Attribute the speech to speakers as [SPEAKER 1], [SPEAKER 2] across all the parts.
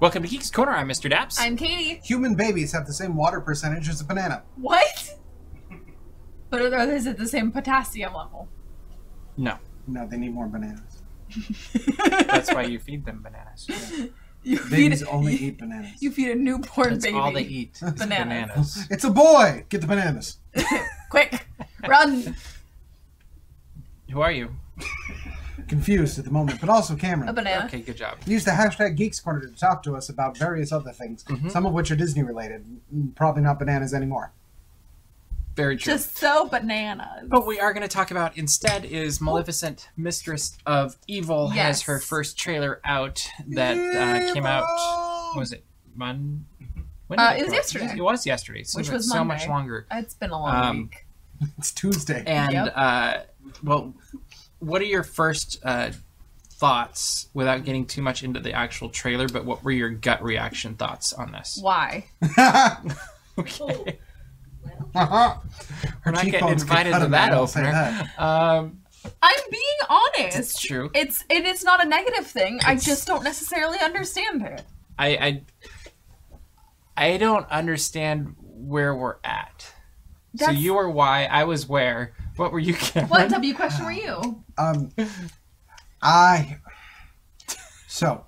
[SPEAKER 1] Welcome to Geeks Corner. I'm Mr. Daps.
[SPEAKER 2] I'm Katie.
[SPEAKER 3] Human babies have the same water percentage as a banana.
[SPEAKER 2] What? But are those at the same potassium level?
[SPEAKER 1] no,
[SPEAKER 3] No, they need more bananas.
[SPEAKER 1] that's why you feed them bananas.
[SPEAKER 2] you
[SPEAKER 3] Babies
[SPEAKER 2] feed
[SPEAKER 3] only eat bananas.
[SPEAKER 2] you feed a newborn
[SPEAKER 1] That's
[SPEAKER 2] baby.
[SPEAKER 1] all they eat. is
[SPEAKER 2] Bananas.
[SPEAKER 1] bananas.
[SPEAKER 3] It's a boy! Get the bananas.
[SPEAKER 2] Quick, run!
[SPEAKER 1] Who are you?
[SPEAKER 3] Confused at the moment, but also
[SPEAKER 2] A
[SPEAKER 3] Cameron.
[SPEAKER 2] banana.
[SPEAKER 1] Okay, good job.
[SPEAKER 3] Use the hashtag Geeks Corner to talk to us about various other things,
[SPEAKER 1] Mm-hmm.
[SPEAKER 3] some of which are Disney related. Mm, Probably not bananas anymore.
[SPEAKER 1] Very true.
[SPEAKER 2] Just so bananas.
[SPEAKER 1] What we are going to talk about instead is Maleficent, Mistress of Evil, has
[SPEAKER 2] Yes.
[SPEAKER 1] her first trailer out that uh, came out. Was it Mon? When
[SPEAKER 2] Uh,
[SPEAKER 1] did
[SPEAKER 2] it was
[SPEAKER 1] come out?
[SPEAKER 2] yesterday.
[SPEAKER 1] It was yesterday. It
[SPEAKER 2] Which
[SPEAKER 1] seems like
[SPEAKER 2] was
[SPEAKER 1] so much
[SPEAKER 2] Monday.
[SPEAKER 1] longer.
[SPEAKER 2] It's been a long
[SPEAKER 1] Um,
[SPEAKER 2] week.
[SPEAKER 3] It's Tuesday.
[SPEAKER 1] And
[SPEAKER 2] Yep.
[SPEAKER 1] uh, well, what are your first uh, thoughts without getting too much into the actual trailer? But what were your gut reaction thoughts on this?
[SPEAKER 2] Why?
[SPEAKER 1] Okay.
[SPEAKER 3] Her
[SPEAKER 1] We're not getting
[SPEAKER 3] cheekbones get
[SPEAKER 1] invited
[SPEAKER 3] cut
[SPEAKER 1] to
[SPEAKER 3] in
[SPEAKER 1] that
[SPEAKER 3] there, I'll say
[SPEAKER 1] opener.
[SPEAKER 3] that.
[SPEAKER 1] Um,
[SPEAKER 2] I'm being honest.
[SPEAKER 1] It's true.
[SPEAKER 2] It's it is not a negative thing. I just don't necessarily understand it.
[SPEAKER 1] I, I I don't understand where we're at. So
[SPEAKER 2] That's-
[SPEAKER 1] you were why, I was where. What were you? Cameron?
[SPEAKER 2] What W question were you?
[SPEAKER 3] Um, I. So,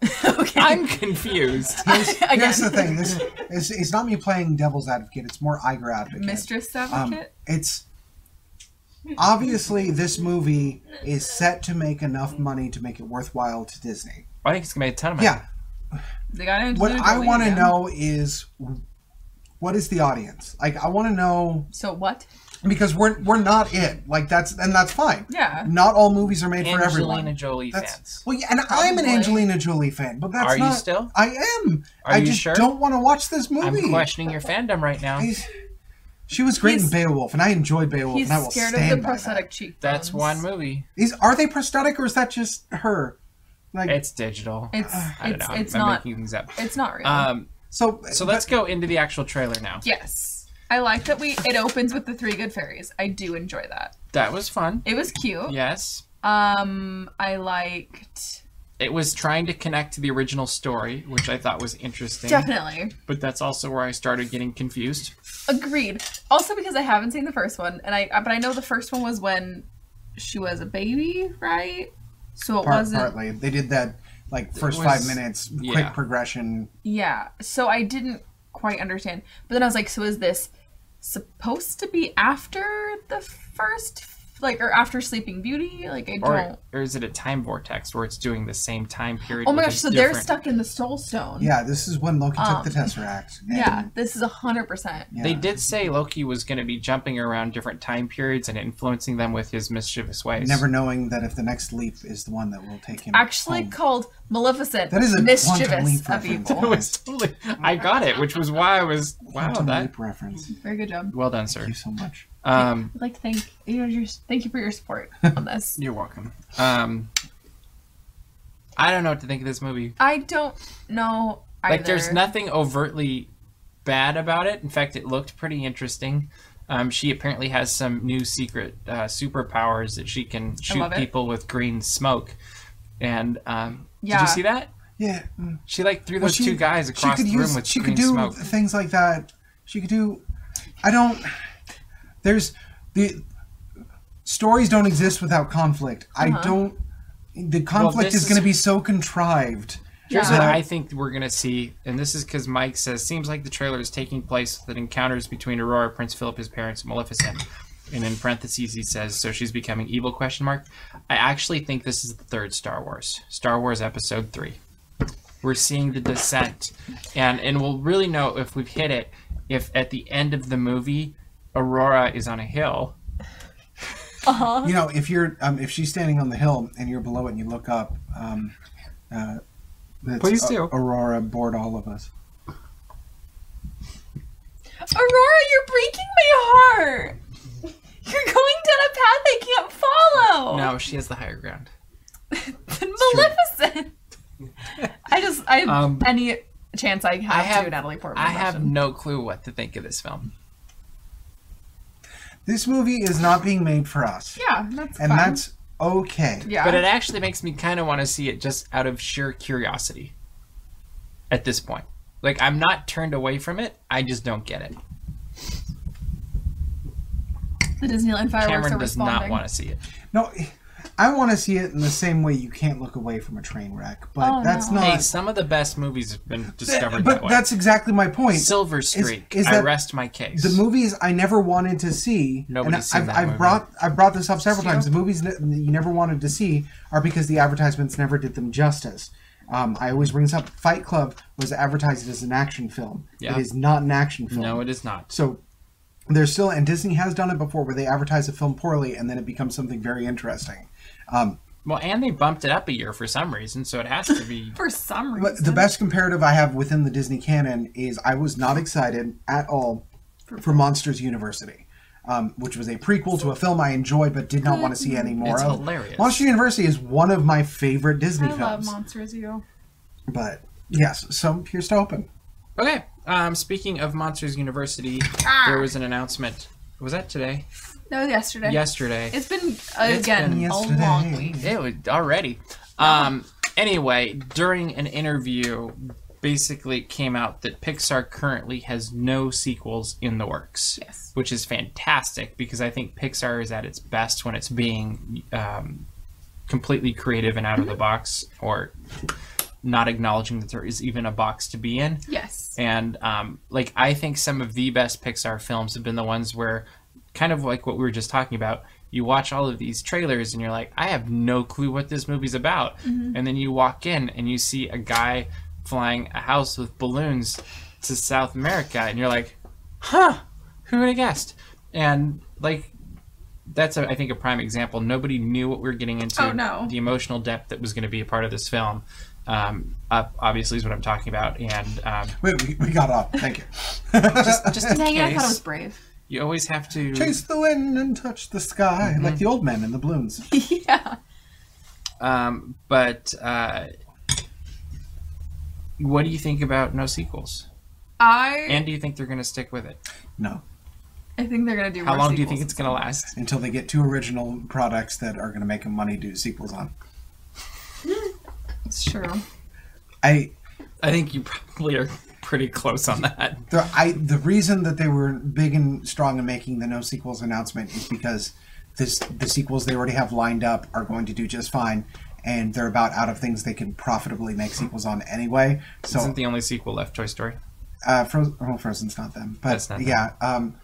[SPEAKER 2] okay.
[SPEAKER 1] I'm confused.
[SPEAKER 2] Again,
[SPEAKER 3] here's the thing. This is, it's not me playing devil's advocate, it's more Iger advocate.
[SPEAKER 2] Mistress
[SPEAKER 3] Um,
[SPEAKER 2] Advocate.
[SPEAKER 3] it's obviously this movie is set to make enough money to make it worthwhile to Disney.
[SPEAKER 1] I think it's gonna be a ton of money.
[SPEAKER 3] Yeah,
[SPEAKER 2] the guy named
[SPEAKER 3] what
[SPEAKER 2] Lou
[SPEAKER 3] I
[SPEAKER 2] Dooley
[SPEAKER 3] want to
[SPEAKER 2] again.
[SPEAKER 3] know is what is the audience like? I want to know
[SPEAKER 2] So what?
[SPEAKER 3] because we're we're not it. Like that's and that's fine.
[SPEAKER 2] Yeah.
[SPEAKER 3] not all movies are made for
[SPEAKER 1] Angelina
[SPEAKER 3] everyone.
[SPEAKER 1] Jolie
[SPEAKER 3] That's
[SPEAKER 1] fans.
[SPEAKER 3] well, yeah, and I'm an
[SPEAKER 2] Probably.
[SPEAKER 3] Angelina Jolie fan, but that's
[SPEAKER 1] Are you
[SPEAKER 3] not.
[SPEAKER 1] still?
[SPEAKER 3] I am.
[SPEAKER 1] Are
[SPEAKER 3] I
[SPEAKER 1] you
[SPEAKER 3] just
[SPEAKER 1] sure?
[SPEAKER 3] don't want to watch this movie.
[SPEAKER 1] I'm questioning your fandom right now.
[SPEAKER 3] He's- she was great
[SPEAKER 2] He's-
[SPEAKER 3] in Beowulf, and I enjoyed Beowulf,
[SPEAKER 2] He's
[SPEAKER 3] and I will
[SPEAKER 2] scared
[SPEAKER 3] stand
[SPEAKER 2] of the
[SPEAKER 3] by that.
[SPEAKER 2] prosthetic cheekbones.
[SPEAKER 1] That's one movie.
[SPEAKER 3] These are they prosthetic or is that just her? Like
[SPEAKER 1] It's digital.
[SPEAKER 2] It's
[SPEAKER 1] I don't
[SPEAKER 2] it's
[SPEAKER 1] know.
[SPEAKER 2] it's
[SPEAKER 1] I'm,
[SPEAKER 2] not
[SPEAKER 1] I'm making things up.
[SPEAKER 2] it's not real.
[SPEAKER 1] Um,
[SPEAKER 3] so.
[SPEAKER 1] so let's go into the actual trailer now.
[SPEAKER 2] yes, I like that we it opens with the three good fairies. I do enjoy that.
[SPEAKER 1] That was fun.
[SPEAKER 2] It was cute.
[SPEAKER 1] Yes.
[SPEAKER 2] Um, I liked
[SPEAKER 1] It was trying to connect to the original story, which I thought was interesting.
[SPEAKER 2] definitely
[SPEAKER 1] But that's also where I started getting confused.
[SPEAKER 2] agreed. Also because I haven't seen the first one, and I but I know the first one was when she was a baby, right? So it
[SPEAKER 3] part,
[SPEAKER 2] wasn't
[SPEAKER 3] partly they did that like first
[SPEAKER 1] was-
[SPEAKER 3] five minutes quick
[SPEAKER 1] yeah.
[SPEAKER 3] progression.
[SPEAKER 2] Yeah. So I didn't quite understand. But then I was like, so is this supposed to be after the first like or after Sleeping Beauty? Like I
[SPEAKER 1] Or,
[SPEAKER 2] don't
[SPEAKER 1] or is it a time vortex where it's doing the same time period?
[SPEAKER 2] Oh my
[SPEAKER 1] with
[SPEAKER 2] gosh,
[SPEAKER 1] a
[SPEAKER 2] so they're
[SPEAKER 1] different-
[SPEAKER 2] stuck in the soul stone.
[SPEAKER 3] Yeah, this is when Loki
[SPEAKER 2] Um,
[SPEAKER 3] took the Tesseract. and-
[SPEAKER 2] Yeah, this is a hundred percent.
[SPEAKER 3] yeah.
[SPEAKER 1] They did say Loki was going to be jumping around different time periods and influencing them with his mischievous ways.
[SPEAKER 3] never knowing that if the next leap is the one that will take him.
[SPEAKER 2] Actually
[SPEAKER 3] home.
[SPEAKER 2] called Maleficent
[SPEAKER 3] Oh. That is a quantum
[SPEAKER 2] mischievous
[SPEAKER 3] leap
[SPEAKER 2] of
[SPEAKER 3] reference.
[SPEAKER 1] It
[SPEAKER 2] evil.
[SPEAKER 1] was totally. I got it, which was why I was wow
[SPEAKER 3] Quantum
[SPEAKER 1] that
[SPEAKER 3] leap reference. Thank
[SPEAKER 2] Very good job.
[SPEAKER 1] well done, sir.
[SPEAKER 3] you so much.
[SPEAKER 1] Um,
[SPEAKER 2] I'd like to thank you know, your, thank you for your support on this.
[SPEAKER 1] you're welcome. Um, I don't know what to think of this movie.
[SPEAKER 2] I don't know either.
[SPEAKER 1] Like, there's nothing overtly bad about it. In fact, it looked pretty interesting. Um, she apparently has some new secret uh, superpowers that she can shoot
[SPEAKER 2] love it.
[SPEAKER 1] people with green smoke. And um, did
[SPEAKER 2] Yeah.
[SPEAKER 1] you see that?
[SPEAKER 3] Yeah, mm.
[SPEAKER 1] She like threw
[SPEAKER 3] Well,
[SPEAKER 1] those two guys across
[SPEAKER 3] she
[SPEAKER 1] the
[SPEAKER 3] could
[SPEAKER 1] room
[SPEAKER 3] use-
[SPEAKER 1] with
[SPEAKER 3] she
[SPEAKER 1] green
[SPEAKER 3] could do
[SPEAKER 1] smoke.
[SPEAKER 3] things like that. She could do. I don't. There's the stories don't exist without conflict. I don't. The conflict
[SPEAKER 1] this
[SPEAKER 3] is going
[SPEAKER 1] is-
[SPEAKER 3] to be so contrived.
[SPEAKER 1] Here's
[SPEAKER 2] Yeah.
[SPEAKER 1] what I think we're gonna see, and this is because Mike says seems like the trailer is taking place with encounters between Aurora, Prince Philip, his parents, and Maleficent. And in parentheses, he says, "So she's becoming evil?" Question mark. I actually think this is the third Star Wars, Star Wars Episode Three. We're seeing the descent, and and we'll really know if we've hit it if at the end of the movie, Aurora is on a hill.
[SPEAKER 2] Uh-huh.
[SPEAKER 3] You know, if you're um, if she's standing on the hill and you're below it and you look up, um, uh, that's
[SPEAKER 1] Please
[SPEAKER 3] A-
[SPEAKER 1] do.
[SPEAKER 3] Aurora bored all of us.
[SPEAKER 2] Aurora, you're breaking my heart. You're going down a path I can't follow.
[SPEAKER 1] No, she has the higher ground.
[SPEAKER 2] Maleficent. I just, I
[SPEAKER 1] Um,
[SPEAKER 2] any chance I have,
[SPEAKER 1] I have-
[SPEAKER 2] to Natalie Portman.
[SPEAKER 1] I have
[SPEAKER 2] impression.
[SPEAKER 1] no clue what to think of this film.
[SPEAKER 3] This movie is not being made for us,
[SPEAKER 2] Yeah, that's
[SPEAKER 3] and
[SPEAKER 2] fine.
[SPEAKER 3] that's okay.
[SPEAKER 2] yeah.
[SPEAKER 1] But it actually makes me kind of want to see it just out of sheer curiosity. at this point. Like I'm not turned away from it. I just don't get it.
[SPEAKER 2] The Disneyland fireworks
[SPEAKER 1] Cameron
[SPEAKER 2] are
[SPEAKER 1] does not
[SPEAKER 2] responding.
[SPEAKER 1] want to see it.
[SPEAKER 3] No, I want to see it in the same way you can't look away from a train wreck, but
[SPEAKER 2] Oh,
[SPEAKER 3] that's
[SPEAKER 2] no.
[SPEAKER 3] not.
[SPEAKER 1] Hey, some of the best movies have been discovered
[SPEAKER 3] but
[SPEAKER 1] that way.
[SPEAKER 3] that's exactly my point.
[SPEAKER 1] Silver Streak.
[SPEAKER 3] is
[SPEAKER 1] I
[SPEAKER 3] that
[SPEAKER 1] rest my case.
[SPEAKER 3] the movies I never wanted to see.
[SPEAKER 1] Nobody's seen
[SPEAKER 3] I've,
[SPEAKER 1] that
[SPEAKER 3] I've
[SPEAKER 1] movie.
[SPEAKER 3] brought I've brought this up several
[SPEAKER 2] Still?
[SPEAKER 3] times. The movies ne- you never wanted to see are because the advertisements never did them justice. Um, I always bring this up. Fight Club was advertised as an action film.
[SPEAKER 1] Yeah.
[SPEAKER 3] It is not an action film.
[SPEAKER 1] no, it is not.
[SPEAKER 3] So there's still, and Disney has done it before, where they advertise a film poorly and then it becomes something very interesting.
[SPEAKER 1] Well, and they bumped it up a year for some reason, so it has to be.
[SPEAKER 2] For some reason.
[SPEAKER 3] But the best comparative I have within the Disney canon is I was not excited at all for Monsters University, um, which was a prequel to a film I enjoyed but did not want to see any more
[SPEAKER 1] It's
[SPEAKER 3] of.
[SPEAKER 1] hilarious.
[SPEAKER 3] Monsters University is one of my favorite Disney
[SPEAKER 2] I love
[SPEAKER 3] films.
[SPEAKER 2] Monsters U.
[SPEAKER 3] but yes, so here's to open.
[SPEAKER 1] Okay. Um, speaking of Monsters University,
[SPEAKER 2] Ah.
[SPEAKER 1] there was an announcement. Was that today?
[SPEAKER 2] That was yesterday.
[SPEAKER 1] Yesterday.
[SPEAKER 2] It's been uh,
[SPEAKER 1] It's
[SPEAKER 2] again
[SPEAKER 1] been
[SPEAKER 2] a
[SPEAKER 3] yesterday.
[SPEAKER 2] long week.
[SPEAKER 1] It was already. Um, anyway, during an interview, basically it came out that Pixar currently has no sequels in the works.
[SPEAKER 2] Yes.
[SPEAKER 1] Which is fantastic because I think Pixar is at its best when it's being um, completely creative and out of the box or not acknowledging that there is even a box to be in.
[SPEAKER 2] Yes.
[SPEAKER 1] And um, like I think some of the best Pixar films have been the ones where, kind of like what we were just talking about, you watch all of these trailers and you're like, I have no clue what this movie's about.
[SPEAKER 2] Mm-hmm.
[SPEAKER 1] And then you walk in and you see a guy flying a house with balloons to South America, and you're like, huh, who would have guessed? And like. That's, a, I think, a prime example. Nobody knew what we were getting into.
[SPEAKER 2] Oh, no.
[SPEAKER 1] The emotional depth that was going to be a part of this film, um, up obviously, is what I'm talking about. And um,
[SPEAKER 3] Wait, we, we got off. Thank you.
[SPEAKER 1] just, just in
[SPEAKER 2] Dang it, I thought it
[SPEAKER 1] case,
[SPEAKER 2] was brave.
[SPEAKER 1] you always have to.
[SPEAKER 3] Chase the wind and touch the sky,
[SPEAKER 1] Mm-hmm.
[SPEAKER 3] like the old men in the balloons.
[SPEAKER 2] yeah.
[SPEAKER 1] Um, but uh, what do you think about no sequels?
[SPEAKER 2] I
[SPEAKER 1] And do you think they're going to stick with it?
[SPEAKER 3] No,
[SPEAKER 2] I think they're gonna do.
[SPEAKER 1] How
[SPEAKER 2] more
[SPEAKER 1] long do you
[SPEAKER 2] sequels.
[SPEAKER 1] think it's going to last?
[SPEAKER 3] until they get two original products that are going to make them money do sequels on.
[SPEAKER 2] It's true.
[SPEAKER 3] I
[SPEAKER 1] I think you probably are pretty close on that.
[SPEAKER 3] The I the reason that they were big and strong in making the no sequels announcement is because this the sequels they already have lined up are going to do just fine, and they're about out of things they can profitably make sequels on anyway. So
[SPEAKER 1] Isn't the only sequel left Toy Story?
[SPEAKER 3] uh, Frozen, well, Frozen's not them, but
[SPEAKER 1] That's not them.
[SPEAKER 3] yeah, um,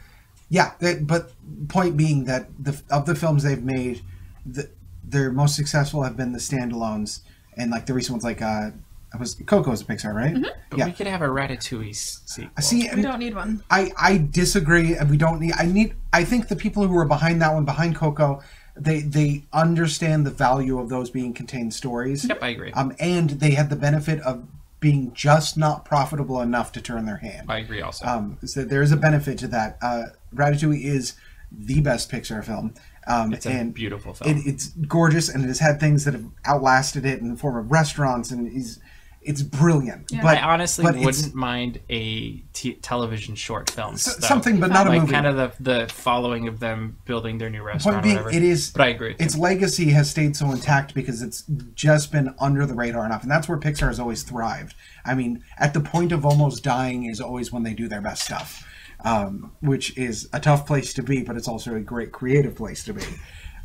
[SPEAKER 3] yeah. they- but point being that the of the films they've made, the, their most successful have been the standalones, and like the recent ones like uh, it was Coco's a Pixar, right?
[SPEAKER 1] But
[SPEAKER 3] Yeah.
[SPEAKER 1] we could have a Ratatouille s- sequel.
[SPEAKER 3] See,
[SPEAKER 2] We don't need one.
[SPEAKER 3] I I disagree. and We don't need. I need. I think the people who were behind that one, behind Coco, they they understand the value of those being contained stories.
[SPEAKER 1] Yep, I agree.
[SPEAKER 3] Um, and they had the benefit of being just not profitable enough to turn their hand.
[SPEAKER 1] I agree also.
[SPEAKER 3] Um, so there is a benefit to that. Uh, Ratatouille is the best Pixar film. Um,
[SPEAKER 1] it's a
[SPEAKER 3] and
[SPEAKER 1] beautiful film.
[SPEAKER 3] it, it's gorgeous, and it has had things that have outlasted it in the form of restaurants, and is it's brilliant. But
[SPEAKER 1] I honestly
[SPEAKER 3] but it's-
[SPEAKER 1] wouldn't mind a t- television short film.
[SPEAKER 3] s-
[SPEAKER 1] though.
[SPEAKER 3] something, but not a
[SPEAKER 1] like
[SPEAKER 3] movie.
[SPEAKER 1] kind of the, the following of them building their new restaurant.
[SPEAKER 3] Point being,
[SPEAKER 1] or whatever.
[SPEAKER 3] it is-
[SPEAKER 1] But I agree. with you.
[SPEAKER 3] its legacy has stayed so intact because it's just been under the radar enough and that's where pixar has always thrived i mean at the point of almost dying is always when they do their best stuff um, which is a tough place to be but it's also a great creative place to be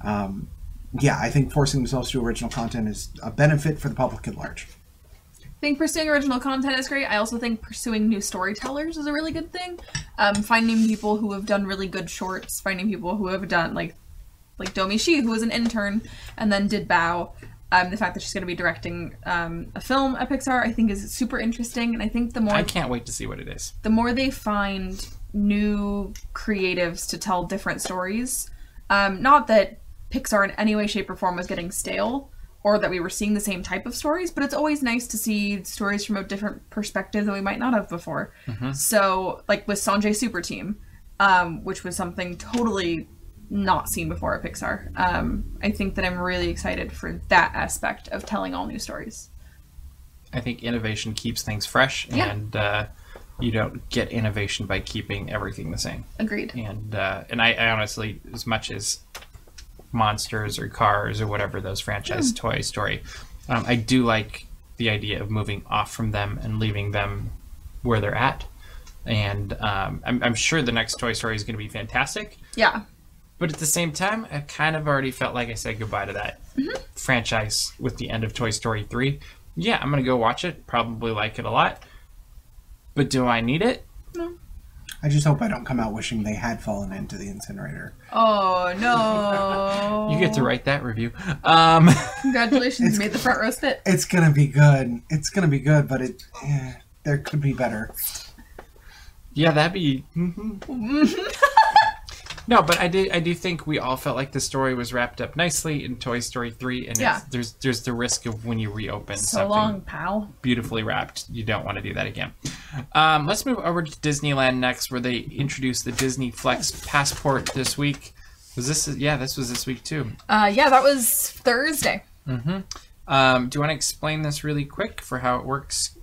[SPEAKER 3] um, yeah i think forcing themselves to original content is a benefit for the public at large
[SPEAKER 2] I think pursuing original content is great. I also think pursuing new storytellers is a really good thing. Um, finding people who have done really good shorts, finding people who have done like like Domi Shi, who was an intern and then did Bow. Um, the fact that she's going to be directing um, a film at Pixar, I think, is super interesting. And I think the more
[SPEAKER 1] I can't wait to see what it is.
[SPEAKER 2] the more they find new creatives to tell different stories. Um, not that Pixar in any way, shape, or form was getting stale or that we were seeing the same type of stories, but it's always nice to see stories from a different perspective that we might not have before. So, like with Sanjay Super Team, um, which was something totally not seen before at Pixar, um, I think that I'm really excited for that aspect of telling all new stories.
[SPEAKER 1] I think innovation keeps things fresh,
[SPEAKER 2] Yeah.
[SPEAKER 1] and uh, you don't get innovation by keeping everything the same.
[SPEAKER 2] Agreed.
[SPEAKER 1] And uh, and I, I honestly, as much as monsters or cars or whatever those franchise Toy Story, um, I do like the idea of moving off from them and leaving them where they're at. And um, I'm, I'm sure the next Toy Story is going to be fantastic.
[SPEAKER 2] Yeah.
[SPEAKER 1] But at the same time, I kind of already felt like I said goodbye to that
[SPEAKER 2] Mm-hmm.
[SPEAKER 1] franchise with the end of Toy Story 3. Yeah, I'm going to go watch it, probably like it a lot. But do I need it?
[SPEAKER 3] I just hope I don't come out wishing they had fallen into the incinerator.
[SPEAKER 2] Oh no.
[SPEAKER 1] You get
[SPEAKER 2] Mm.
[SPEAKER 1] to write that review. Um,
[SPEAKER 2] Congratulations, you made the front row spit.
[SPEAKER 3] It's gonna be good. It's gonna be good, but it yeah, there could be better.
[SPEAKER 1] yeah, that'd be.
[SPEAKER 2] Mm-hmm.
[SPEAKER 1] no, but I do. I do think we all felt like the story was wrapped up nicely in Toy Story three, and
[SPEAKER 2] Yeah.
[SPEAKER 1] it's, there's there's the risk of when you reopen
[SPEAKER 2] So
[SPEAKER 1] something
[SPEAKER 2] long, pal.
[SPEAKER 1] beautifully wrapped, you don't want to do that again. Um, let's move over to Disneyland next, where they introduced the Disney Flex Passport this week. Was this? Yeah, this was this week too.
[SPEAKER 2] Uh, yeah, that was Thursday.
[SPEAKER 1] Um, do you want to explain this really quick for how it works,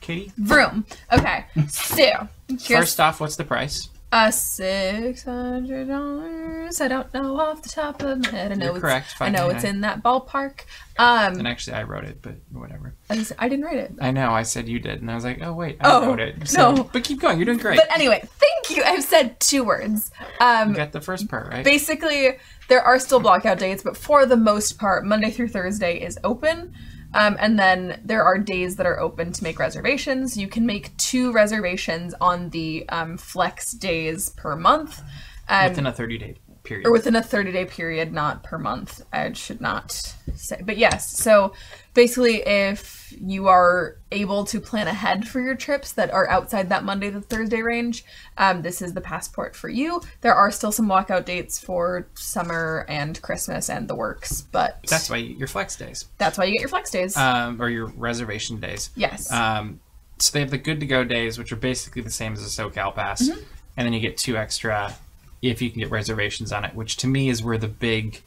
[SPEAKER 1] Katie?
[SPEAKER 2] Vroom. Okay. So here's
[SPEAKER 1] First off, what's the price?
[SPEAKER 2] Uh, six hundred dollars. I don't know off the top of my head. I know
[SPEAKER 1] You're
[SPEAKER 2] it's
[SPEAKER 1] correct,
[SPEAKER 2] I know it's
[SPEAKER 1] 599.
[SPEAKER 2] in that ballpark. Um,
[SPEAKER 1] And actually, I wrote it, but whatever.
[SPEAKER 2] I, just- I didn't write it.
[SPEAKER 1] I know. I said you did, and I was like, oh wait, I
[SPEAKER 2] Oh,
[SPEAKER 1] wrote it. So,
[SPEAKER 2] no.
[SPEAKER 1] But keep going. You're doing great.
[SPEAKER 2] But um, anyway, thank you. I've said two words. Um,
[SPEAKER 1] you got the first part right.
[SPEAKER 2] basically there are still blockout dates but for the most part monday through thursday is open um, and then there are days that are open to make reservations you can make two reservations on the um, flex days per month um,
[SPEAKER 1] Within a 30 day period.
[SPEAKER 2] or within a 30 day period not per month i should not say but yes so basically if you are able to plan ahead for your trips that are outside that monday to thursday range um, this is the passport for you there are still some walkout dates for summer and christmas and the works but
[SPEAKER 1] That's why you- your flex days,
[SPEAKER 2] that's why you get your flex days
[SPEAKER 1] um, or your reservation days.
[SPEAKER 2] yes
[SPEAKER 1] Um, so they have the good to go days, which are basically the same as a SoCal pass,
[SPEAKER 2] Mm-hmm.
[SPEAKER 1] and then you get two extra if you can get reservations on it. Which to me is where the big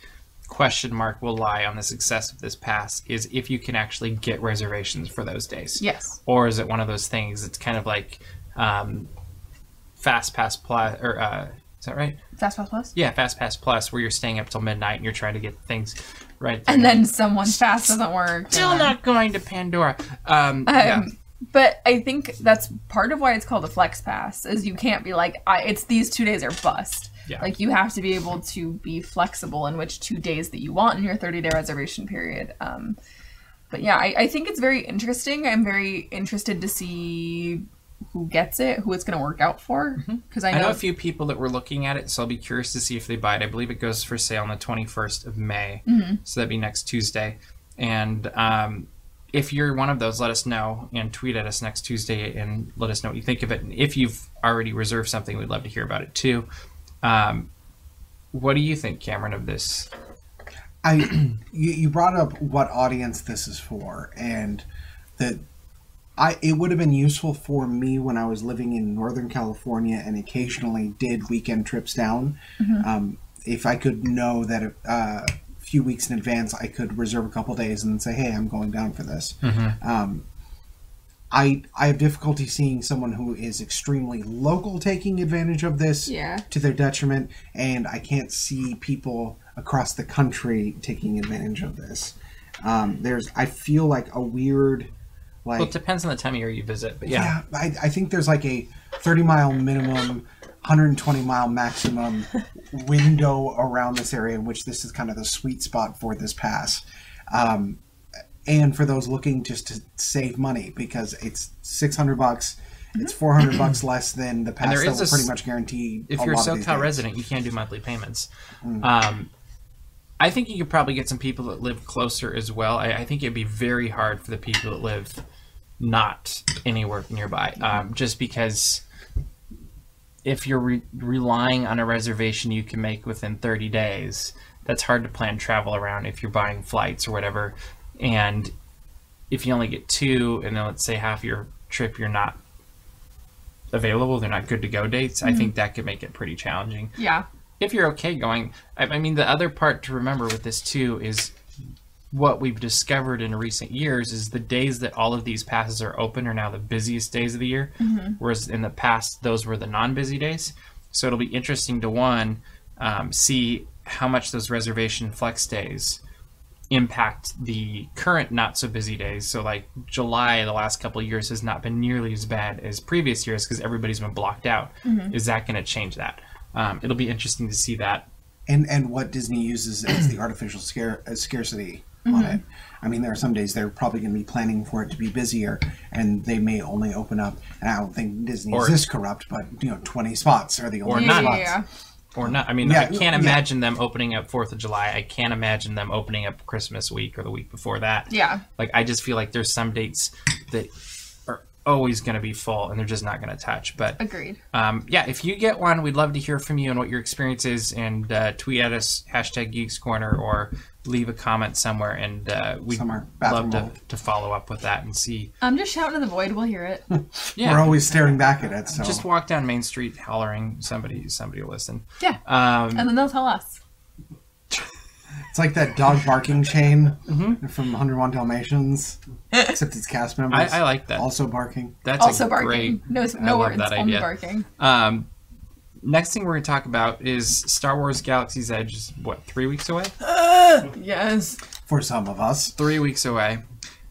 [SPEAKER 1] question mark will lie on the success of this pass is if you can actually get reservations for those days.
[SPEAKER 2] yes
[SPEAKER 1] Or is it one of those things? It's kind of like um, Fast Pass Plus, or uh, is that right?
[SPEAKER 2] fast pass plus
[SPEAKER 1] Yeah, Fast Pass Plus, where you're staying up till midnight and you're trying to get things right.
[SPEAKER 2] and then someone's fast doesn't work
[SPEAKER 1] still
[SPEAKER 2] and-
[SPEAKER 1] not going to Pandora. Um, yeah.
[SPEAKER 2] Um, But I think that's part of why it's called a flex pass is you can't be like I, it's these two days are bust.
[SPEAKER 1] Yeah.
[SPEAKER 2] Like you have to be able to be flexible in which two days that you want in your 30 day reservation period. Um, but yeah, I, I think it's very interesting. I'm very interested to see who gets it, who it's going to work out for. Because I
[SPEAKER 1] Mm-hmm. I
[SPEAKER 2] know,
[SPEAKER 1] know a few people that were looking at it, so I'll be curious to see if they buy it. I believe it goes for sale on the 21st of May, so that'd be next Tuesday. And um, if you're one of those, let us know and tweet at us next Tuesday and let us know what you think of it. And if you've already reserved something, we'd love to hear about it too. Um, what do you think, Cameron, of this?
[SPEAKER 3] I you, you brought up what audience this is for, and that I it would have been useful for me when I was living in Northern California and occasionally did weekend trips down. Um, if I could know that a uh, few weeks in advance, I could reserve a couple days and say, "Hey, I'm going down for this." Um, I I have difficulty seeing someone who is extremely local taking advantage of this
[SPEAKER 2] Yeah.
[SPEAKER 3] to their detriment, and I can't see people across the country taking advantage of this. Um, there's I feel like a weird like
[SPEAKER 1] Well, it depends on the time of year you visit, but yeah.
[SPEAKER 3] yeah, I, I think there's like a 30 mile minimum, 120 mile maximum window around this area in which this is kind of the sweet spot for this pass. Um, and for those looking just to save money because it's 600 bucks, it's 400 bucks less than the pass
[SPEAKER 1] there
[SPEAKER 3] that
[SPEAKER 1] is
[SPEAKER 3] will
[SPEAKER 1] a
[SPEAKER 3] pretty
[SPEAKER 1] s-
[SPEAKER 3] much guarantee.
[SPEAKER 1] if
[SPEAKER 3] a
[SPEAKER 1] you're a
[SPEAKER 3] lot of these
[SPEAKER 1] SoCal
[SPEAKER 3] days. Mm.
[SPEAKER 1] resident, you can do monthly payments. Um, I think you could probably get some people that live closer as well. I, I think it'd be very hard for the people that live not anywhere nearby, um, just because if you're re- relying on a reservation you can make within 30 days, that's hard to plan travel around if you're buying flights or whatever. And if you only get two, and then let's say half your trip you're not available, they're not good to go dates, I think that could make it pretty challenging.
[SPEAKER 2] yeah,
[SPEAKER 1] If you're okay going, I, I mean, the other part to remember with this too is what we've discovered in recent years is the days that all of these passes are open are now the busiest days of the year, whereas in the past, those were the non busy days. So it'll be interesting to one, um, see how much those reservation flex days impact the current not so busy days. So like July, the last couple of years has not been nearly as bad as previous years because everybody's been blocked out. Is that going to change that? Um, it'll be interesting to see that.
[SPEAKER 3] and and what Disney uses as the artificial scare uh, scarcity on it. I mean, there are some days they're probably going to be planning for it to be busier, and they may only open up. And I don't think Disney
[SPEAKER 1] Or-
[SPEAKER 3] is this corrupt, but you know, twenty spots are the
[SPEAKER 1] Or
[SPEAKER 3] only
[SPEAKER 2] yeah,
[SPEAKER 1] not.
[SPEAKER 2] yeah,
[SPEAKER 3] spots.
[SPEAKER 2] yeah.
[SPEAKER 1] Or not. I mean,
[SPEAKER 3] Yeah,
[SPEAKER 1] I can't
[SPEAKER 3] yeah.
[SPEAKER 1] imagine them opening up Fourth of July. I can't imagine them opening up Christmas week or the week before that.
[SPEAKER 2] Yeah.
[SPEAKER 1] Like I just feel like there's some dates that are always going to be full and they're just not going to touch. But
[SPEAKER 2] Agreed.
[SPEAKER 1] um, yeah, if you get one, we'd love to hear from you and what your experience is, and uh, tweet at us hashtag Geeks Corner or leave a comment somewhere, and uh, we'd
[SPEAKER 3] Somewhere.
[SPEAKER 1] love
[SPEAKER 3] Bathroom
[SPEAKER 1] to,
[SPEAKER 3] roll.
[SPEAKER 1] to follow up with that and see.
[SPEAKER 2] I'm just shouting to the void. We'll hear it.
[SPEAKER 1] Yeah,
[SPEAKER 3] We're always staring back at it. So
[SPEAKER 1] just walk down Main Street hollering, somebody somebody will listen.
[SPEAKER 2] yeah.
[SPEAKER 1] Um,
[SPEAKER 2] and then they'll tell us.
[SPEAKER 3] it's like that dog barking chain from 101 Dalmatians, except it's cast members.
[SPEAKER 1] I like that.
[SPEAKER 3] Also barking.
[SPEAKER 1] that's
[SPEAKER 2] Also
[SPEAKER 1] a
[SPEAKER 2] barking.
[SPEAKER 1] great.
[SPEAKER 2] no, it's,
[SPEAKER 1] I
[SPEAKER 2] no
[SPEAKER 1] love
[SPEAKER 2] words.
[SPEAKER 1] that
[SPEAKER 2] Only
[SPEAKER 1] idea.
[SPEAKER 2] barking.
[SPEAKER 1] Um, next thing we're going to talk about is Star Wars Galaxy's Edge. Is, what three weeks away?
[SPEAKER 2] Yes.
[SPEAKER 3] For some of us,
[SPEAKER 1] Three weeks away,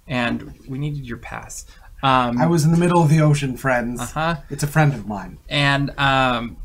[SPEAKER 1] and we needed your pass. Um,
[SPEAKER 3] I was in the middle of the ocean, friends.
[SPEAKER 1] Uh-huh.
[SPEAKER 3] It's a friend of mine.
[SPEAKER 1] and um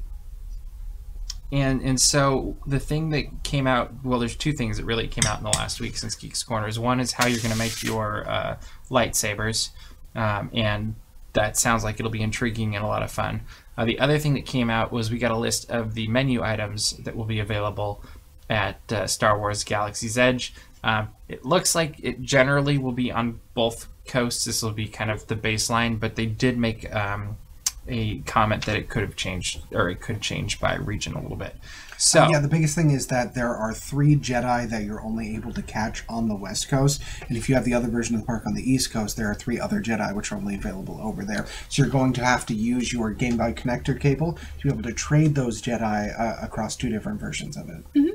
[SPEAKER 1] and and so the thing that came out well there's two things that really came out in the last week since geeks corners one is how you're going to make your uh, lightsabers um, and that sounds like it'll be intriguing and a lot of fun uh, the other thing that came out was we got a list of the menu items that will be available at uh, star wars galaxy's edge um, it looks like it generally will be on both coasts this will be kind of the baseline but they did make um, a comment that it could have changed or it could change by region a little bit. So
[SPEAKER 3] Yeah, the biggest thing is that there are three Jedi that you're only able to catch on the West Coast, and if you have the other version of the park on the East Coast, there are three other Jedi which are only available over there. So you're going to have to use your Game Boy connector cable to be able to trade those Jedi uh, across two different versions of it. Mm-hmm.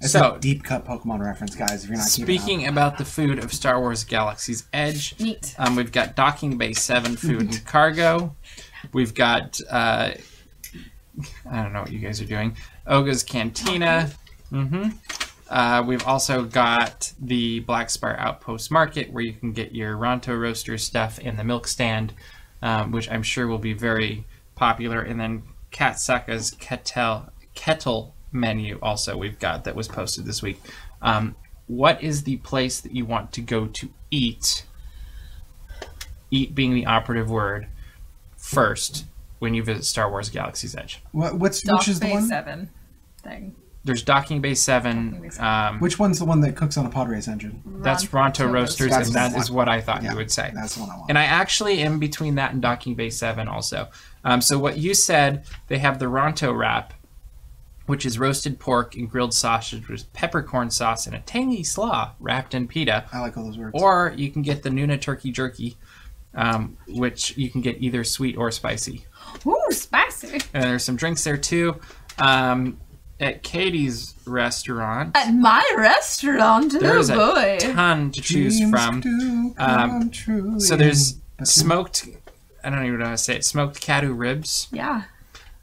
[SPEAKER 3] It's
[SPEAKER 1] So-
[SPEAKER 3] a deep cut Pokemon reference, guys. If you're not keeping up.
[SPEAKER 1] speaking about the food of Star Wars Galaxy's Edge,
[SPEAKER 2] Neat.
[SPEAKER 1] um, we've got docking bay seven food and cargo. We've got uh, I don't know what you guys are doing. Oga's Cantina. hmm Uh, we've also got the Black Spire Outpost Market, where you can get your Ronto Roaster stuff and the milk stand, um, which I'm sure will be very popular. And then Katsaka's Kettle, Kettle menu also we've got that was posted this week. Um, what is the place that you want to go to eat? Eat being the operative word first when you visit Star Wars Galaxy's Edge.
[SPEAKER 3] What, what's
[SPEAKER 2] Doc
[SPEAKER 3] which is the
[SPEAKER 2] Bay
[SPEAKER 3] one?
[SPEAKER 2] Seven thing.
[SPEAKER 1] There's Docking Bay
[SPEAKER 2] Docking
[SPEAKER 1] Seven.
[SPEAKER 2] Bay seven.
[SPEAKER 1] Um,
[SPEAKER 3] Which one's the one that cooks on a pod race engine?
[SPEAKER 1] that's Ronto Roasters,
[SPEAKER 3] That's
[SPEAKER 1] and
[SPEAKER 3] the
[SPEAKER 1] that
[SPEAKER 3] one.
[SPEAKER 1] is what I thought
[SPEAKER 3] Yeah,
[SPEAKER 1] you would say.
[SPEAKER 3] That's the one I want.
[SPEAKER 1] And I actually am between that and Docking Bay 7 also. Um, so, what you said, they have the Ronto wrap, which is roasted pork and grilled sausage with peppercorn sauce and a tangy slaw wrapped in pita.
[SPEAKER 3] I like all those words.
[SPEAKER 1] Or you can get the Nuna turkey jerky, um, which you can get either sweet or spicy.
[SPEAKER 2] Ooh, spicy.
[SPEAKER 1] And there's some drinks there too. Um, at Katie's restaurant,
[SPEAKER 2] At my restaurant,
[SPEAKER 1] there
[SPEAKER 2] Uh, oh
[SPEAKER 1] is a
[SPEAKER 2] boy.
[SPEAKER 1] ton to choose
[SPEAKER 3] Dreams
[SPEAKER 1] from.
[SPEAKER 3] do
[SPEAKER 1] um,
[SPEAKER 3] come true,
[SPEAKER 1] So there's
[SPEAKER 3] but-
[SPEAKER 1] smoked. I don't even know how to say it. Smoked kadu ribs,
[SPEAKER 2] yeah.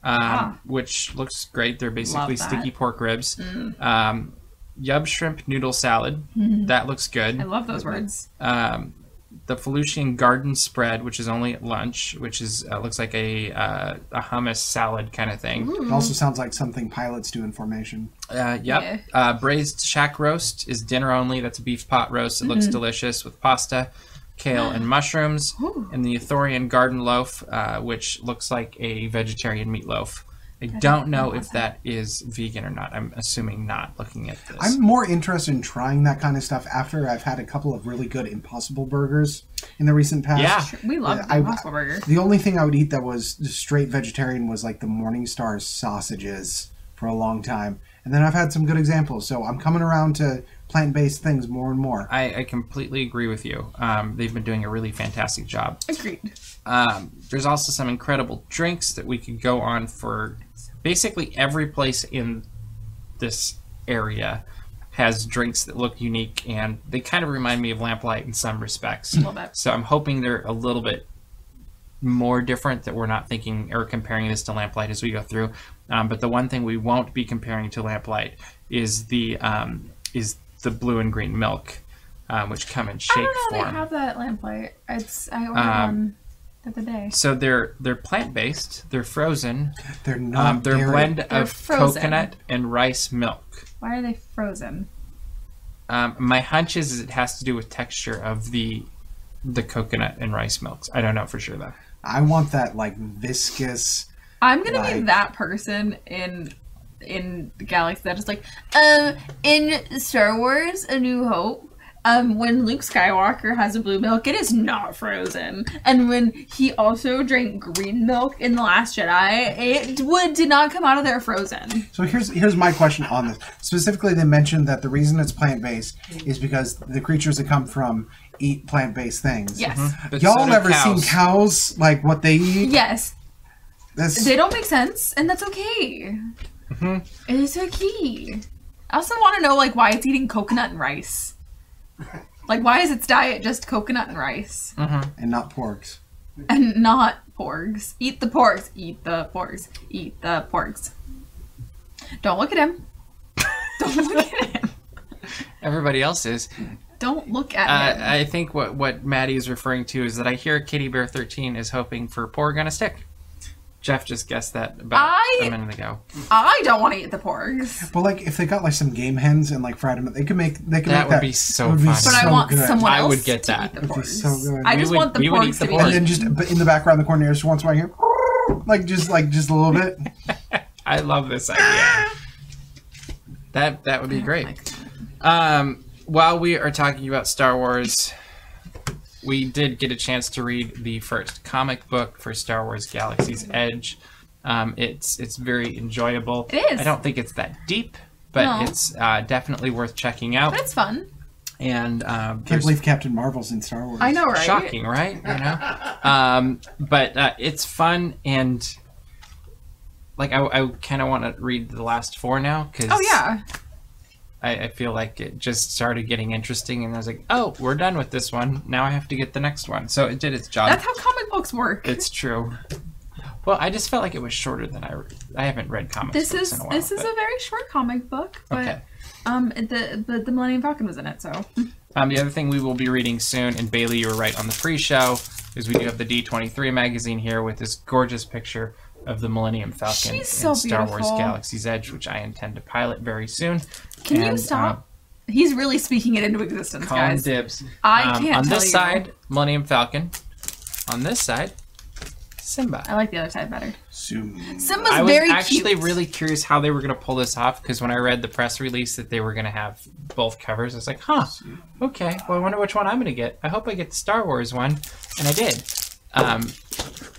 [SPEAKER 1] um,
[SPEAKER 2] Ah.
[SPEAKER 1] which looks great. They're basically
[SPEAKER 2] Love that. Mm.
[SPEAKER 1] sticky pork ribs. Um, yub shrimp noodle salad. That looks
[SPEAKER 2] Mm-hmm. I
[SPEAKER 1] good.
[SPEAKER 2] love those words.
[SPEAKER 1] Um, the Felucian garden spread, which is only at lunch, which is uh, looks like a uh, a hummus salad kind of thing.
[SPEAKER 3] It also sounds like something pilots do in formation.
[SPEAKER 1] Uh, yep.
[SPEAKER 2] Yeah.
[SPEAKER 1] Uh, braised shack roast is dinner only. That's a beef pot roast. It looks delicious with pasta, kale, and mushrooms. And the Ithorian garden loaf, uh, which looks like a vegetarian meatloaf. I don't know if that is vegan or not. I'm assuming not. Looking at this,
[SPEAKER 3] I'm more interested in trying that kind of stuff after I've had a couple of really good Impossible burgers in the recent past.
[SPEAKER 1] Yeah.
[SPEAKER 2] We love the
[SPEAKER 3] I-
[SPEAKER 2] Impossible Burger.
[SPEAKER 3] The only thing I would eat that was just straight vegetarian was like the Morningstar sausages for a long time. And then I've had some good examples, so I'm coming around to plant based things more and more.
[SPEAKER 1] I, I completely agree with you. Um, they've been doing a really fantastic job.
[SPEAKER 2] Agreed.
[SPEAKER 1] Um, there's also some incredible drinks that we could go on for basically every place in this area has drinks that look unique and they kind of remind me of lamplight in some respects
[SPEAKER 2] Love it.
[SPEAKER 1] so i'm hoping they're a little bit more different that we're not thinking or comparing this to lamplight as we go through um, but the one thing we won't be comparing to lamplight is the um, is the blue and green milk, um, which come in
[SPEAKER 2] I
[SPEAKER 1] shake
[SPEAKER 2] don't know
[SPEAKER 1] form.
[SPEAKER 2] they have that lamplight. It's I ordered
[SPEAKER 1] Um,
[SPEAKER 2] one the other day.
[SPEAKER 1] so they're they're plant based. They're frozen.
[SPEAKER 3] They're not.
[SPEAKER 1] Um, they're a
[SPEAKER 3] dairy.
[SPEAKER 1] blend
[SPEAKER 2] They're
[SPEAKER 1] of
[SPEAKER 2] frozen.
[SPEAKER 1] coconut and rice milk.
[SPEAKER 2] Why are they frozen?
[SPEAKER 1] Um, my hunch is it has to do with texture of the the coconut and rice milks. I don't know for sure though.
[SPEAKER 3] I want that like viscous.
[SPEAKER 2] I'm gonna be
[SPEAKER 3] Like-
[SPEAKER 2] that person in in the galaxy that is like, um, in Star Wars: A New Hope. Um, when Luke Skywalker has a blue milk, it is not frozen. And when he also drank green milk in The Last Jedi, it would did not come out of there frozen.
[SPEAKER 3] So here's here's my question on this. Specifically, they mentioned that the reason it's plant based is because the creatures that come from eat plant based things.
[SPEAKER 2] Yes.
[SPEAKER 1] But so
[SPEAKER 3] Y'all
[SPEAKER 1] do
[SPEAKER 3] ever
[SPEAKER 1] cows.
[SPEAKER 3] seen cows like what they eat?
[SPEAKER 2] Yes.
[SPEAKER 3] That's-
[SPEAKER 2] They don't make sense, and that's okay. It's okay. I also want to know like why it's eating coconut and rice. Like why is its diet just coconut and rice
[SPEAKER 3] and not porks.
[SPEAKER 2] and not porgs? Eat the porgs. Eat the porgs. Eat the porgs. Don't look at him. Don't look at him.
[SPEAKER 1] Everybody else is.
[SPEAKER 2] Don't look at
[SPEAKER 1] Uh,
[SPEAKER 2] him.
[SPEAKER 1] I think what what Maddie is referring to is that I hear Kitty Bear thirteen is hoping for porg on a stick. Jeff just guessed that about
[SPEAKER 2] I-
[SPEAKER 1] a minute ago.
[SPEAKER 2] I don't want to eat the porgs,
[SPEAKER 3] But like if they got like some game hens and like fried them, they could make they could
[SPEAKER 1] That
[SPEAKER 3] make
[SPEAKER 1] would
[SPEAKER 3] that.
[SPEAKER 1] be so
[SPEAKER 3] it would
[SPEAKER 1] fun.
[SPEAKER 3] Be
[SPEAKER 2] but
[SPEAKER 3] so
[SPEAKER 2] I want
[SPEAKER 3] good.
[SPEAKER 2] someone
[SPEAKER 1] I
[SPEAKER 2] else
[SPEAKER 1] would get
[SPEAKER 2] to
[SPEAKER 1] that.
[SPEAKER 2] eat the
[SPEAKER 3] It'd be
[SPEAKER 2] porgs.
[SPEAKER 3] so good.
[SPEAKER 2] I
[SPEAKER 1] We
[SPEAKER 2] just
[SPEAKER 1] would-
[SPEAKER 2] want the
[SPEAKER 1] we would eat
[SPEAKER 2] porgs
[SPEAKER 1] the
[SPEAKER 2] to be
[SPEAKER 1] porgs.
[SPEAKER 3] And then just but in the background, the corner, just once right here, like just like just a little bit.
[SPEAKER 1] I love this idea. that that would be great.
[SPEAKER 2] like that.
[SPEAKER 1] Um, while we are talking about Star Wars, we did get a chance to read the first comic book for Star Wars: Galaxy's Edge. Um, it's it's very enjoyable.
[SPEAKER 2] It is.
[SPEAKER 1] I don't think it's that deep, but
[SPEAKER 2] No.
[SPEAKER 1] it's uh, definitely worth checking out.
[SPEAKER 2] But it's fun.
[SPEAKER 1] And um,
[SPEAKER 3] Can't
[SPEAKER 1] there's
[SPEAKER 3] believe Captain Marvel's in Star Wars.
[SPEAKER 2] I know, right?
[SPEAKER 1] shocking, right? You know, um, but uh, it's fun and like I, I kind of want to read the last four now because
[SPEAKER 2] Oh yeah.
[SPEAKER 1] I, I feel like it just started getting interesting, and I was like, "Oh, we're done with this one. Now I have to get the next one." So it did its job.
[SPEAKER 2] That's how comic books work.
[SPEAKER 1] it's true. Well, I just felt like it was shorter than I. I haven't read comics.
[SPEAKER 2] this
[SPEAKER 1] books
[SPEAKER 2] is
[SPEAKER 1] in a while,
[SPEAKER 2] this is
[SPEAKER 1] but-
[SPEAKER 2] a very short comic book, but
[SPEAKER 1] Okay.
[SPEAKER 2] um, the but the Millennium Falcon was in it, so
[SPEAKER 1] Um, the other thing we will be reading soon, and Bailey, you were right on the pre-show, is we do have the D23 magazine here with this gorgeous picture of the Millennium Falcon
[SPEAKER 2] She's so
[SPEAKER 1] in Star Wars
[SPEAKER 2] beautiful.
[SPEAKER 1] Galaxy's Edge, which I intend to pilot very soon.
[SPEAKER 2] can you
[SPEAKER 1] And, um,
[SPEAKER 2] stop? He's really speaking it into existence,
[SPEAKER 1] Uh, Colin
[SPEAKER 2] guys.
[SPEAKER 1] Dibs.
[SPEAKER 2] I
[SPEAKER 1] Um,
[SPEAKER 2] can't
[SPEAKER 1] On
[SPEAKER 2] tell
[SPEAKER 1] this
[SPEAKER 2] you.
[SPEAKER 1] side, Millennium Falcon. On this side, Simba.
[SPEAKER 2] I like the other side better.
[SPEAKER 3] Zoom.
[SPEAKER 2] Simba's
[SPEAKER 1] I was
[SPEAKER 2] very
[SPEAKER 1] actually
[SPEAKER 2] cute.
[SPEAKER 1] really curious how they were going to pull this off because when I read the press release that they were going to have both covers, I was like, huh, okay. Well, I wonder which one I'm going to get. I hope I get the Star Wars one, and I did. Um,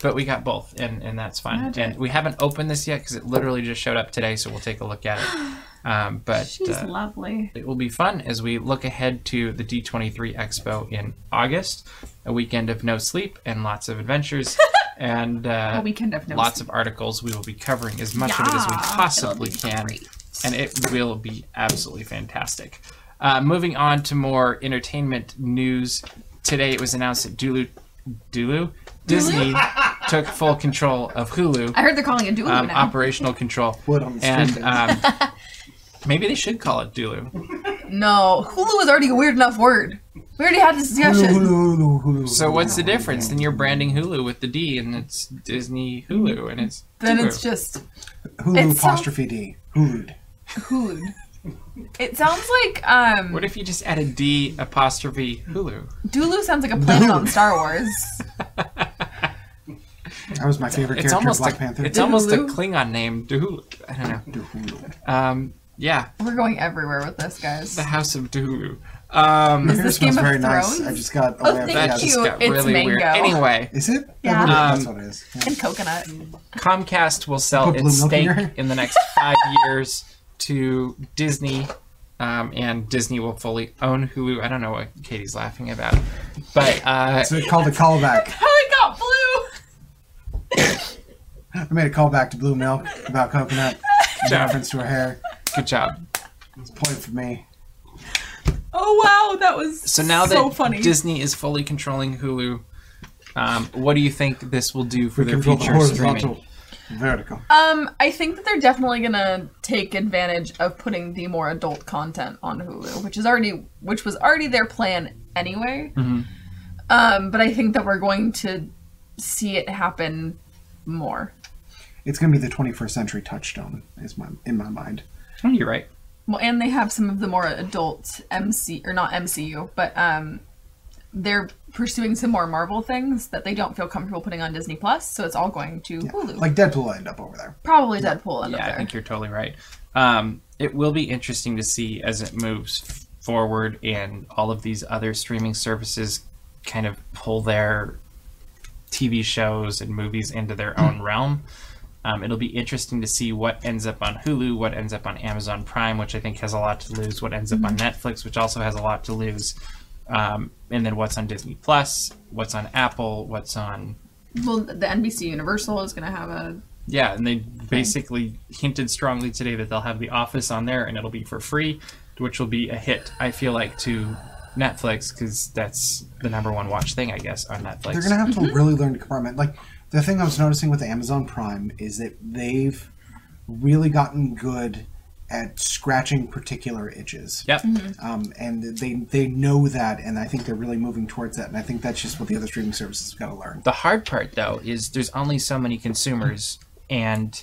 [SPEAKER 1] but we got both, and, and that's fine.
[SPEAKER 2] Magic.
[SPEAKER 1] And we haven't opened this yet because it literally just showed up today, so we'll take a look at it. Um, but
[SPEAKER 2] She's
[SPEAKER 1] uh,
[SPEAKER 2] lovely.
[SPEAKER 1] it will be fun as we look ahead to the D23 Expo in August, a weekend of no sleep and lots of adventures, and uh,
[SPEAKER 2] A weekend of no
[SPEAKER 1] lots
[SPEAKER 2] sleep.
[SPEAKER 1] of articles. We will be covering as much of it as we
[SPEAKER 2] Yeah,
[SPEAKER 1] possibly
[SPEAKER 2] it'll be
[SPEAKER 1] can,
[SPEAKER 2] great.
[SPEAKER 1] and it will be absolutely fantastic. Uh, moving on to more entertainment news. Today it was announced that Dulu, Dulu, Disney took full control of Hulu
[SPEAKER 2] I heard they're calling it Dulu
[SPEAKER 1] um,
[SPEAKER 2] now.
[SPEAKER 1] operational control.
[SPEAKER 3] Wood on the
[SPEAKER 1] and
[SPEAKER 3] street,
[SPEAKER 1] um, maybe they should call it Dulu.
[SPEAKER 2] no, Hulu is already a weird enough word. We already had this
[SPEAKER 3] Hulu,
[SPEAKER 2] discussion.
[SPEAKER 3] hulu, hulu, hulu,
[SPEAKER 1] So
[SPEAKER 3] hulu,
[SPEAKER 1] what's the
[SPEAKER 3] hulu,
[SPEAKER 1] difference?
[SPEAKER 3] hulu.
[SPEAKER 1] Then you're branding Hulu with the D, and it's Disney Hulu, and it's
[SPEAKER 2] Then
[SPEAKER 1] Dulu.
[SPEAKER 2] it's just
[SPEAKER 3] Hulu
[SPEAKER 2] It's so-
[SPEAKER 3] apostrophe D. Hulu'd.
[SPEAKER 2] Hulu. It sounds like um,
[SPEAKER 1] What if you just add a D apostrophe Hulu?
[SPEAKER 2] Dulu sounds like a planet on Star Wars.
[SPEAKER 3] That was my favorite
[SPEAKER 1] It's
[SPEAKER 3] character in
[SPEAKER 1] almost
[SPEAKER 3] Black
[SPEAKER 1] a,
[SPEAKER 3] Panther.
[SPEAKER 1] It's almost a
[SPEAKER 2] Hulu?
[SPEAKER 1] Klingon name, Dulu. I don't know.
[SPEAKER 3] Hulu.
[SPEAKER 1] Um, yeah,
[SPEAKER 2] We're going everywhere with this, guys.
[SPEAKER 1] the House of Dulu. Um,
[SPEAKER 2] Is
[SPEAKER 3] Hair
[SPEAKER 2] this
[SPEAKER 3] smells
[SPEAKER 2] Game of
[SPEAKER 3] very nice.
[SPEAKER 2] Thrones?
[SPEAKER 3] I just got
[SPEAKER 2] Oh,
[SPEAKER 3] aware of
[SPEAKER 2] thank
[SPEAKER 1] that
[SPEAKER 3] that.
[SPEAKER 1] just
[SPEAKER 2] you.
[SPEAKER 1] got
[SPEAKER 2] It's
[SPEAKER 1] really weird.
[SPEAKER 2] mango.
[SPEAKER 1] Anyway,
[SPEAKER 3] Is it?
[SPEAKER 2] Yeah.
[SPEAKER 3] That
[SPEAKER 1] Um,
[SPEAKER 3] really- that's what it is. Yeah.
[SPEAKER 2] And coconut.
[SPEAKER 1] Comcast will sell
[SPEAKER 3] Put blue
[SPEAKER 1] its
[SPEAKER 3] milk in
[SPEAKER 1] stake
[SPEAKER 3] your
[SPEAKER 1] in,
[SPEAKER 3] hair?
[SPEAKER 1] the next five years to Disney, um, and Disney will fully own Hulu. I don't know what Katie's laughing about, but uh,
[SPEAKER 3] So it called a callback.
[SPEAKER 2] How it got blue!
[SPEAKER 3] I made a callback to Blue Milk about coconut. in
[SPEAKER 1] Yeah.
[SPEAKER 3] Reference to her hair.
[SPEAKER 1] good job.
[SPEAKER 3] It's a point for me.
[SPEAKER 2] Oh wow, that was
[SPEAKER 1] So now
[SPEAKER 2] so
[SPEAKER 1] that
[SPEAKER 2] funny.
[SPEAKER 1] Disney is fully controlling Hulu, um, what do you think this will do for their
[SPEAKER 3] Control the
[SPEAKER 1] future streaming?
[SPEAKER 3] horizontal. Vertical.
[SPEAKER 2] Um, I think that they're definitely gonna take advantage of putting the more adult content on Hulu, which is already which was already their plan anyway.
[SPEAKER 1] Mhm.
[SPEAKER 2] Um, but I think that we're going to see it happen more.
[SPEAKER 3] It's going to be the 21st century touchstone, is my in my mind.
[SPEAKER 1] Oh, you're right.
[SPEAKER 2] Well, and they have some of the more adult MC or not MCU, but um, they're pursuing some more Marvel things that they don't feel comfortable putting on Disney Plus, so it's all going to Hulu.
[SPEAKER 3] Like Deadpool will end up over there.
[SPEAKER 2] Probably Deadpool end up
[SPEAKER 1] Yeah, I
[SPEAKER 2] there.
[SPEAKER 1] think you're totally right. Um, it will be interesting to see as it moves f- forward and all of these other streaming services kind of pull their TV shows and movies into their own realm. Um, it'll be interesting to see what ends up on Hulu, what ends up on Amazon Prime, which I think has a lot to lose, what ends up on Netflix, which also has a lot to lose, um, and then what's on Disney Plus, what's on Apple, what's on
[SPEAKER 2] Well, the NBC Universal is gonna have a
[SPEAKER 1] yeah, and they basically hinted strongly today that they'll have The Office on there and it'll be for free, which will be a hit, I feel like, to Netflix because that's the number one watch thing, I guess, on Netflix.
[SPEAKER 3] They're going to have to
[SPEAKER 1] Mm-hmm.
[SPEAKER 3] really learn to compartment. Like the thing I was noticing with Amazon Prime is that they've really gotten good at scratching particular itches.
[SPEAKER 1] Yep.
[SPEAKER 3] um, and they they know that, and I think they're really moving towards that. And I think that's just what the other streaming services have got to learn.
[SPEAKER 1] The hard part, though, is there's only so many consumers, and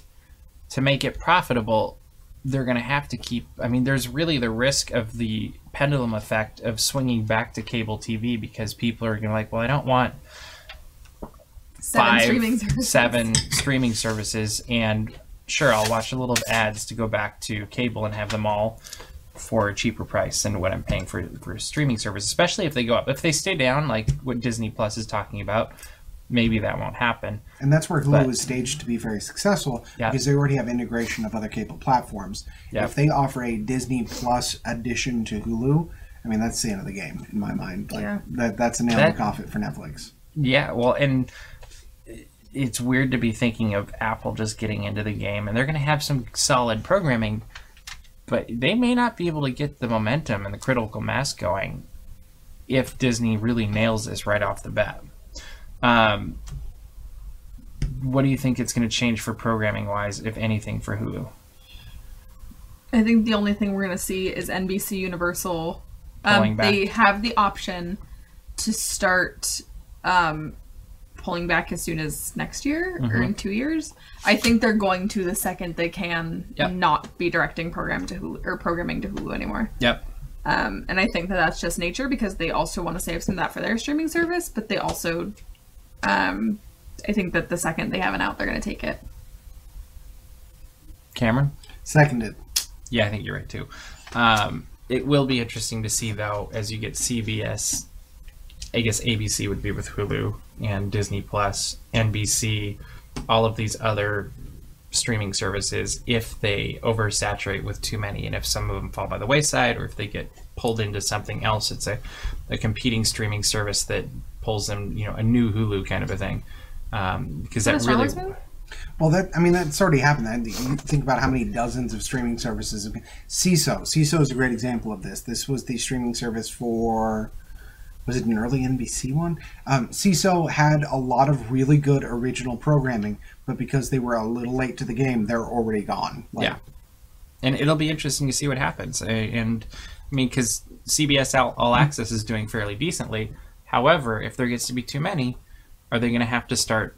[SPEAKER 1] to make it profitable, they're going to have to keep. I mean, there's really the risk of the pendulum effect of swinging back to cable TV because people are going to be like, well, I don't want
[SPEAKER 2] seven
[SPEAKER 1] five,
[SPEAKER 2] streaming services.
[SPEAKER 1] seven streaming services, and sure, I'll watch a little of ads to go back to cable and have them all for a cheaper price than what I'm paying for for a streaming service. Especially if they go up, if they stay down, like what Disney Plus is talking about, maybe that won't happen.
[SPEAKER 3] And that's where Hulu
[SPEAKER 1] But-
[SPEAKER 3] is staged to be very successful
[SPEAKER 1] Yeah.
[SPEAKER 3] because they already have integration of other cable platforms.
[SPEAKER 1] Yeah.
[SPEAKER 3] If they offer a Disney Plus addition to Hulu, I mean that's the end of the game in my mind. Like
[SPEAKER 2] Yeah.
[SPEAKER 3] that that's a nail in
[SPEAKER 1] That-
[SPEAKER 3] the coffin for Netflix.
[SPEAKER 1] Yeah, well, and it's weird to be thinking of Apple just getting into the game, and they're going to have some solid programming, but they may not be able to get the momentum and the critical mass going if Disney really nails this right off the bat. Um, what do you think it's going to change for programming wise, if anything, for Hulu?
[SPEAKER 2] I think the only thing we're gonna see is NBC Universal.
[SPEAKER 1] Pulling
[SPEAKER 2] Um,
[SPEAKER 1] back.
[SPEAKER 2] they have the option to start um, pulling back as soon as next year
[SPEAKER 1] Mm-hmm.
[SPEAKER 2] or in two years. I think they're going to the second they can
[SPEAKER 1] Yep.
[SPEAKER 2] not be directing program to Hulu or programming to Hulu anymore.
[SPEAKER 1] Yep.
[SPEAKER 2] Um, and I think that that's just nature because they also want to save some of that for their streaming service, but they also, um, I think that the second they have it out, they're gonna take it.
[SPEAKER 1] Cameron?
[SPEAKER 3] Seconded.
[SPEAKER 1] Yeah, I think you're right too. Um, it will be interesting to see though as you get CBS. I guess ABC would be with Hulu and Disney Plus, NBC, all of these other streaming services if they oversaturate with too many and if some of them fall by the wayside or if they get pulled into something else it's a, a competing streaming service that pulls them you know a new hulu kind of a thing um, because
[SPEAKER 2] Is that a
[SPEAKER 1] that
[SPEAKER 2] Star
[SPEAKER 1] really
[SPEAKER 2] Wars movie?
[SPEAKER 3] Well, that I mean that's already happened. I you think about how many dozens of streaming services. have been- CISO, CISO is a great example of this. This was the streaming service for was it an early NBC one? Um, CISO had a lot of really good original programming, but because they were a little late to the game, they're already gone. Like,
[SPEAKER 1] Yeah. and it'll be interesting to see what happens. Uh, And I mean, because CBS All, All Access is doing fairly decently. However, if there gets to be too many, are they going to have to start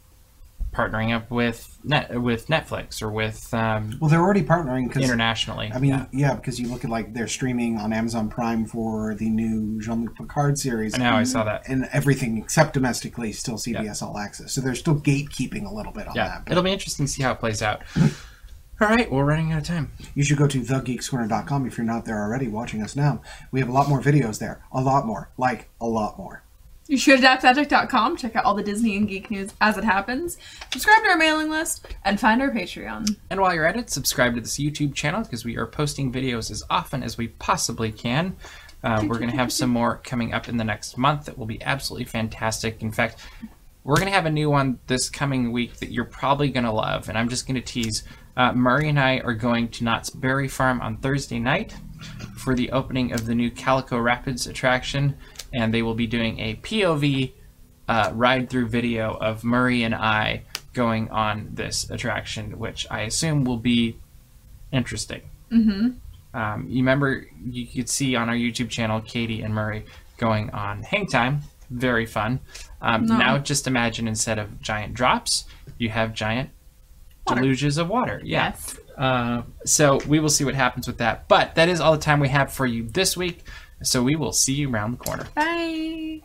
[SPEAKER 1] partnering up with net with Netflix or with um,
[SPEAKER 3] Well, they're already partnering because
[SPEAKER 1] internationally?
[SPEAKER 3] I mean,
[SPEAKER 1] yeah.
[SPEAKER 3] yeah. because you look at like they're streaming on Amazon Prime for the new Jean Luc Picard series.
[SPEAKER 1] I know I saw that.
[SPEAKER 3] And everything except domestically is still CBS All Access. So they're still gatekeeping a little bit on
[SPEAKER 1] Yeah,
[SPEAKER 3] that. But
[SPEAKER 1] it'll be interesting to see how it plays out. All right, we're running out of time.
[SPEAKER 3] you should go to thegeekscorner.com if you're not there already watching us now. We have a lot more videos there. A lot more. Like, a lot more.
[SPEAKER 2] You should adapt magic.com, check out all the Disney and geek news as it happens, subscribe to our mailing list, and find our Patreon.
[SPEAKER 1] And while you're at it, subscribe to this YouTube channel because we are posting videos as often as we possibly can. Uh, we're going to have some more coming up in the next month that will be absolutely fantastic. In fact, we're going to have a new one this coming week that you're probably going to love. And I'm just going to tease uh, Murray and I are going to Knott's Berry Farm on Thursday night for the opening of the new Calico Rapids attraction. And they will be doing a POV uh, ride through video of Murray and I going on this attraction, which I assume will be interesting.
[SPEAKER 2] Mm-hmm.
[SPEAKER 1] Um, you remember you could see on our YouTube channel Katie and Murray going on hang time. Very fun. Um,
[SPEAKER 2] No.
[SPEAKER 1] Now just imagine instead of giant drops, you have giant
[SPEAKER 2] Water.
[SPEAKER 1] deluges of water. Yeah.
[SPEAKER 2] Yes.
[SPEAKER 1] Uh, so we will see what happens with that. But that is all the time we have for you this week. So we will see you around the corner.
[SPEAKER 2] Bye.